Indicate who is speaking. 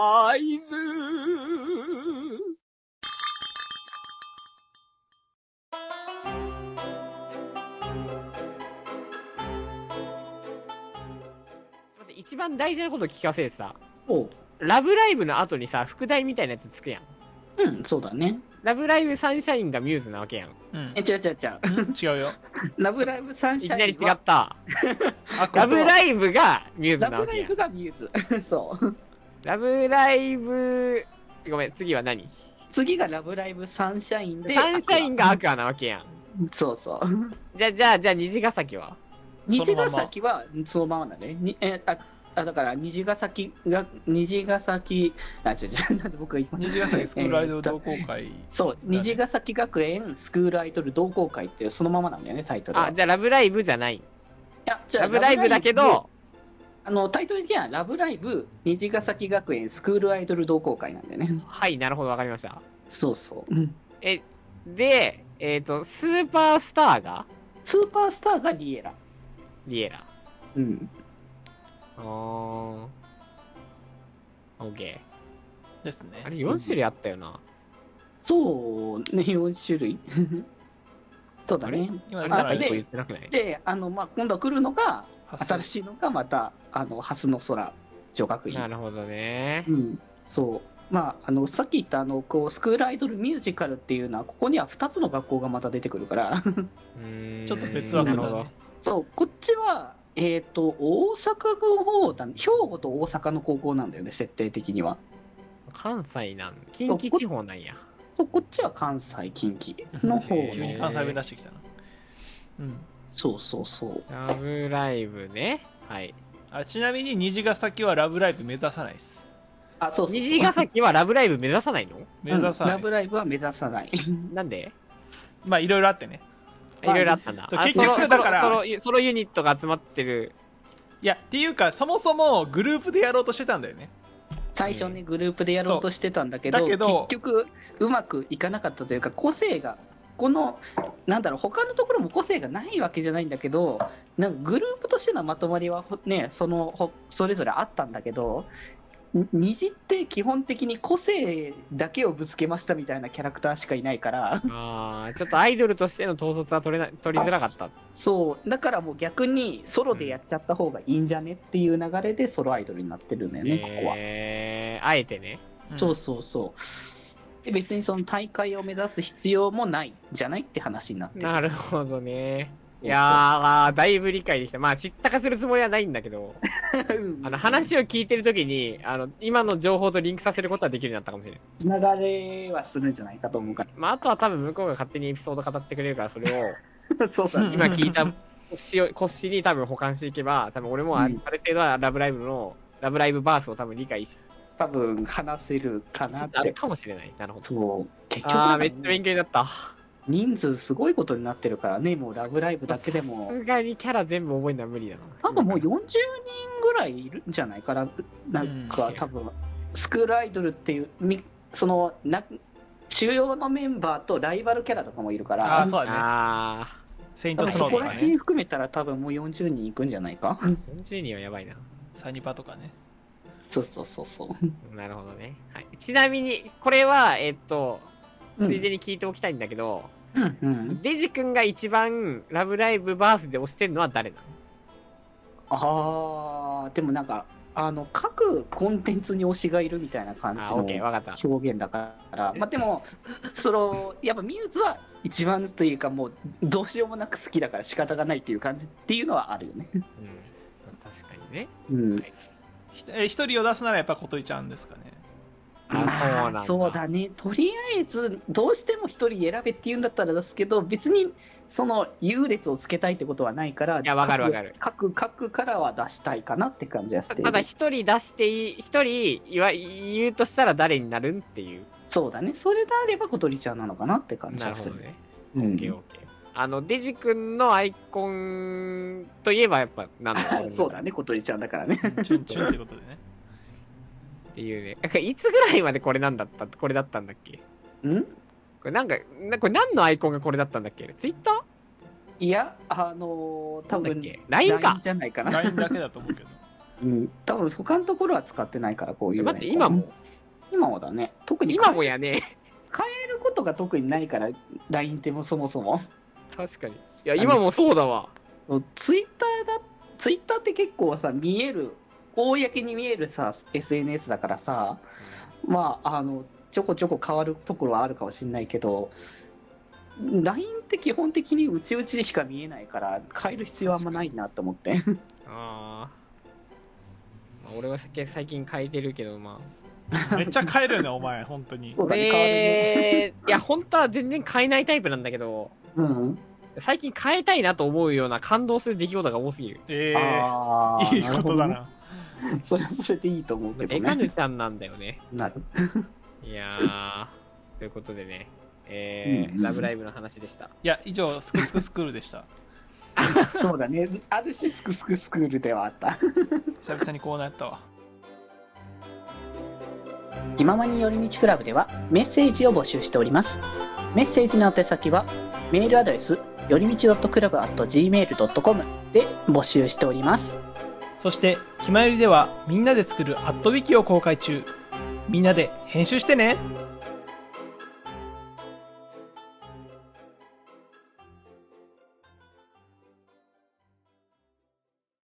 Speaker 1: 大豆
Speaker 2: 待って一番大事なこと聞かせてさ、
Speaker 3: おう
Speaker 2: ラブライブの後にさ、副題みたいなやつつくやん。
Speaker 3: うん、そうだね。
Speaker 2: ラブライブサンシャインがミューズなわけやん。
Speaker 4: うん
Speaker 3: え、違う違う違う。
Speaker 4: 違うよ。
Speaker 3: ラブライブサン
Speaker 2: い
Speaker 3: シ
Speaker 2: き
Speaker 3: ャ
Speaker 2: な
Speaker 3: イン
Speaker 2: り違っ
Speaker 3: は
Speaker 2: た。
Speaker 4: あ、こ
Speaker 2: ラブ
Speaker 4: れ
Speaker 2: ライブがミューズな
Speaker 3: ラブ
Speaker 2: わ
Speaker 3: ラ
Speaker 2: け
Speaker 3: イ
Speaker 2: やん
Speaker 3: ブ。がミューズ。 そう。
Speaker 2: ラブライブ、ごめん、次は何
Speaker 3: 次がラブライブサンシャインで。
Speaker 2: サンシャインがアクアなわけやん。
Speaker 3: そうそう。
Speaker 2: じゃあ、じゃあ、じゃあ、虹ヶ崎は
Speaker 3: 虹ヶ崎はそのままだね。にえああだから虹ヶ崎が、虹ヶ崎、あ、違う違う、なんで僕が今。
Speaker 4: 虹ヶ崎スクールアイドル同好会。
Speaker 3: そう、虹ヶ崎学園スクールアイドル同好会ってそのままなんだよね、タイトルは。
Speaker 2: あ、じゃあ、ラブライブじゃない。
Speaker 3: いやじゃあ
Speaker 2: ラブライブだけど、
Speaker 3: あの、タイトル的には、ラブライブ、虹ヶ崎学園スクールアイドル同好会なんだよね。
Speaker 2: はい、なるほど、わかりました。
Speaker 3: そうそう。うん
Speaker 2: え、で、えっ、と、スーパースターが
Speaker 3: スーパースターがリエラ。
Speaker 2: リエラ。
Speaker 3: うん。
Speaker 2: あー。オッケ
Speaker 4: です
Speaker 2: ー。あれ、
Speaker 4: ね。
Speaker 2: 4種類あったよな。
Speaker 3: そうね、4種類。そうだね。
Speaker 4: 今言った
Speaker 2: あれ、なん
Speaker 4: ら
Speaker 2: か一
Speaker 4: ね、
Speaker 2: 個言ってなくない
Speaker 3: で、あの、まあ、今度来るのが、
Speaker 4: 発
Speaker 3: 新
Speaker 4: 想
Speaker 3: しいのがまた、あの、ハスの空女学
Speaker 2: な
Speaker 3: 院。
Speaker 2: るほどね
Speaker 3: う。ん。そう。まあ、あの、さっき言った、あの、こう、スクールアイドルミュージカルっていうのは、ここには2つの学校がまた出てくるから、
Speaker 2: うーん
Speaker 4: ちょっと別枠だ
Speaker 2: なるほど
Speaker 4: ね。
Speaker 3: そう、こっちは、えっ、と、大阪の方だ、兵庫と大阪の高校なんだよね、設定的には。
Speaker 2: 関西なん、近畿地方なんや。
Speaker 3: そうこっちは関西、近畿の方
Speaker 2: へ ー
Speaker 4: 急に関西弁出してきたな。うん。
Speaker 3: そうそうそう。
Speaker 2: ラブライブね。はい。
Speaker 4: あちなみに虹ヶ崎はラブライブ目指さないです。
Speaker 3: あ、そうそうそう
Speaker 2: 虹ヶ崎はラブライブ目指さないの
Speaker 4: 目指さ
Speaker 3: うん
Speaker 4: な
Speaker 3: ラ
Speaker 4: い
Speaker 3: ブ
Speaker 4: で
Speaker 3: ラ
Speaker 4: す。
Speaker 3: イブは目指さない。
Speaker 2: なんで
Speaker 4: まあいろいろあってね。
Speaker 2: いろいろあったんだ。
Speaker 4: そう
Speaker 2: あ
Speaker 4: 結局
Speaker 2: その
Speaker 4: だから
Speaker 2: そのそのそのユニットが集まってる。
Speaker 4: いや、っていうかそもそもグループでやろうとしてたんだよね。
Speaker 3: 最初ね、グループでやろうとしてたんだけ
Speaker 4: そ
Speaker 3: ど、
Speaker 4: うだけど
Speaker 3: 結局、うまくいかなかったというか、個性が、この、なんだろう、他のところも個性がないわけじゃないんだけど、なんかグループとしてのまとまりはほ、ね、その、ほそれぞれあったんだけど、に虹って基本的に個性だけをぶつけましたみたいなキャラクターしかいないから、
Speaker 2: ああ、ちょっとアイドルとしての統率は取れな取りづらかった。
Speaker 3: そう、だからもう逆にソロでやっちゃった方がいいんじゃねっていう流れでソロアイドルになってるんだよね、ここは。
Speaker 2: えー、あえてね。
Speaker 4: ん
Speaker 3: そうそうそう。で別にその大会を目指す必要もないじゃないって話になってる。
Speaker 2: なるほどね。いやーあー、だいぶ理解できた。まあ、知ったかするつもりはないんだけど、あの、話を聞いてるときに、あの、今の情報とリンクさせることはできるようになったかもしれない。
Speaker 3: つながれはするんじゃないかと思うか
Speaker 2: まあ、あとは多分向こうが勝手にエピソード語ってくれるから、それを、
Speaker 3: ら。 そうだね。
Speaker 2: 今聞いた腰を腰に多分保管していけば、多分俺もあ,、
Speaker 3: うん
Speaker 2: ある程度はラブライブの、ラブライブバースを多分理解し
Speaker 3: 多分話せるかな
Speaker 2: つ
Speaker 3: っ
Speaker 2: つある
Speaker 3: て。
Speaker 2: かもしれない。なるほど。
Speaker 3: そう。結局
Speaker 2: あ
Speaker 3: な
Speaker 2: あ、
Speaker 3: んか
Speaker 2: めっちゃ勉強になった。
Speaker 3: 人数すごいことになってるからね、もうラブライブだけで
Speaker 2: さ
Speaker 3: も。
Speaker 2: すがにキャラ全部覚えるのは無理だな。
Speaker 3: 多分もう40人ぐらいいるんじゃないかな。なんか
Speaker 2: うん
Speaker 3: 多分、スクールアイドルっていう、みその、な主要のメンバーとライバルキャラとかもいるから。
Speaker 4: ああ、そうだね。
Speaker 2: あ
Speaker 4: セイン
Speaker 3: 多
Speaker 4: ト
Speaker 3: 分
Speaker 4: スロ
Speaker 3: そ
Speaker 4: ーと
Speaker 3: こら
Speaker 4: か
Speaker 3: 辺
Speaker 4: ね。
Speaker 3: 含めたら多分もう40人いくんじゃないか、
Speaker 2: あ、40人はやばいな。
Speaker 4: サニパとかね。
Speaker 3: そうそうそうそう、
Speaker 2: なるほどね。はい、ちなみに、これは、えっと、
Speaker 3: うん
Speaker 2: ついでに聞いておきたいんだけど、
Speaker 3: うんうん、
Speaker 2: デジ君が一番ラブライブバースで推してるのは誰なの
Speaker 3: あーでもなんかあの各コンテンツに推しがいるみたいな感じ
Speaker 2: あ、オッケー、
Speaker 3: の
Speaker 2: わかった。
Speaker 3: 表現だからまあでもそのやっぱミューズは一番というかもうどうしようもなく好きだから仕方がないっていう感じっていうのはあるよね
Speaker 2: うん。確かにね。
Speaker 3: うん
Speaker 4: ひえ一人を出すならやっぱ琴井ちゃんですかね。
Speaker 2: あ、そう
Speaker 3: ま
Speaker 2: なんだ。
Speaker 3: そうだねとりあえずどうしても一人選べって言うんだったらですけど別にその優劣をつけたいってことはないからい
Speaker 2: やわかるわかる
Speaker 3: 各各からは出したいかなって感じはしてる
Speaker 2: ただ一人出していい、一人言わ言うとしたら誰になるんっていう。
Speaker 3: そうだねそれであれば小鳥ちゃんなのかなって感じ
Speaker 2: な
Speaker 3: は
Speaker 2: る
Speaker 3: す
Speaker 2: ほ
Speaker 3: る
Speaker 2: どね。
Speaker 3: う
Speaker 2: オ
Speaker 3: ん
Speaker 2: ッケーオッケー。あの、デジ君のアイコンといえばやっぱなんだろ
Speaker 3: そうだね小鳥ちゃんだからね
Speaker 4: チュンチュンってこと でね。
Speaker 2: っていうね。なんかいつぐらいまでこれなんだったこれだったんだっけ
Speaker 3: うん
Speaker 2: これなんか、なこれ何のアイコンがこれだったんだっけツイッター
Speaker 3: いやあのー、多
Speaker 2: なんだっ
Speaker 3: 分
Speaker 2: け ?LINE か
Speaker 3: LINE じゃないかな
Speaker 4: LINE だけだと思うけど。
Speaker 3: うん、多分他のところは使ってないから、こういう、ね。
Speaker 2: 待って今も
Speaker 3: 今もだね。特に
Speaker 2: 今
Speaker 3: 変
Speaker 2: も
Speaker 3: え
Speaker 2: やね。
Speaker 3: ることが特にないから、LINE ってもそもそも。
Speaker 2: 確かに。いや、今もそうだわ。
Speaker 3: ツイッターだ、ツイッターって結構さ、見える、公に見えるさ、SNS だからさ、まあ、あの、ちょこちょこ変わるところはあるかもしれないけど、LINE って基本的にうちうちしか見えないから、変える必要はあんまないなと思って。
Speaker 2: あー、まあ。俺は最近変えてるけど、まあ。
Speaker 4: めっちゃ帰るね、お前、本当に。
Speaker 3: そうだね、変わるね。
Speaker 2: 俺、いや、本当は全然変えないタイプなんだけど、
Speaker 3: うん。
Speaker 2: 最近変えたいなと思うような感動する出来事が多すぎる。
Speaker 4: え
Speaker 3: あ
Speaker 4: え
Speaker 3: ー
Speaker 4: いいことだ。
Speaker 3: る
Speaker 4: な。
Speaker 3: ほどねそれはそれでいいと思うけど
Speaker 2: デカ
Speaker 3: ね。
Speaker 2: ヌちゃんなんだよね。
Speaker 3: なる。
Speaker 2: いやー。ということでね、え
Speaker 3: う
Speaker 2: ー、
Speaker 3: ん
Speaker 2: ラブライブの話でした。
Speaker 4: いや、以上、スクスクスクールでした。
Speaker 3: そうだね。ある種、スクスクスクールではあった。
Speaker 4: 久々にこうなったわ。
Speaker 3: 気ままに寄り道クラブではメッセージを募集しておりますメッセージの宛先はメールアドレスよりみち .club.gmail.com で募集しております
Speaker 4: そして、きまよりでは、みんなで作るアットウィキを公開中。みんなで編集してね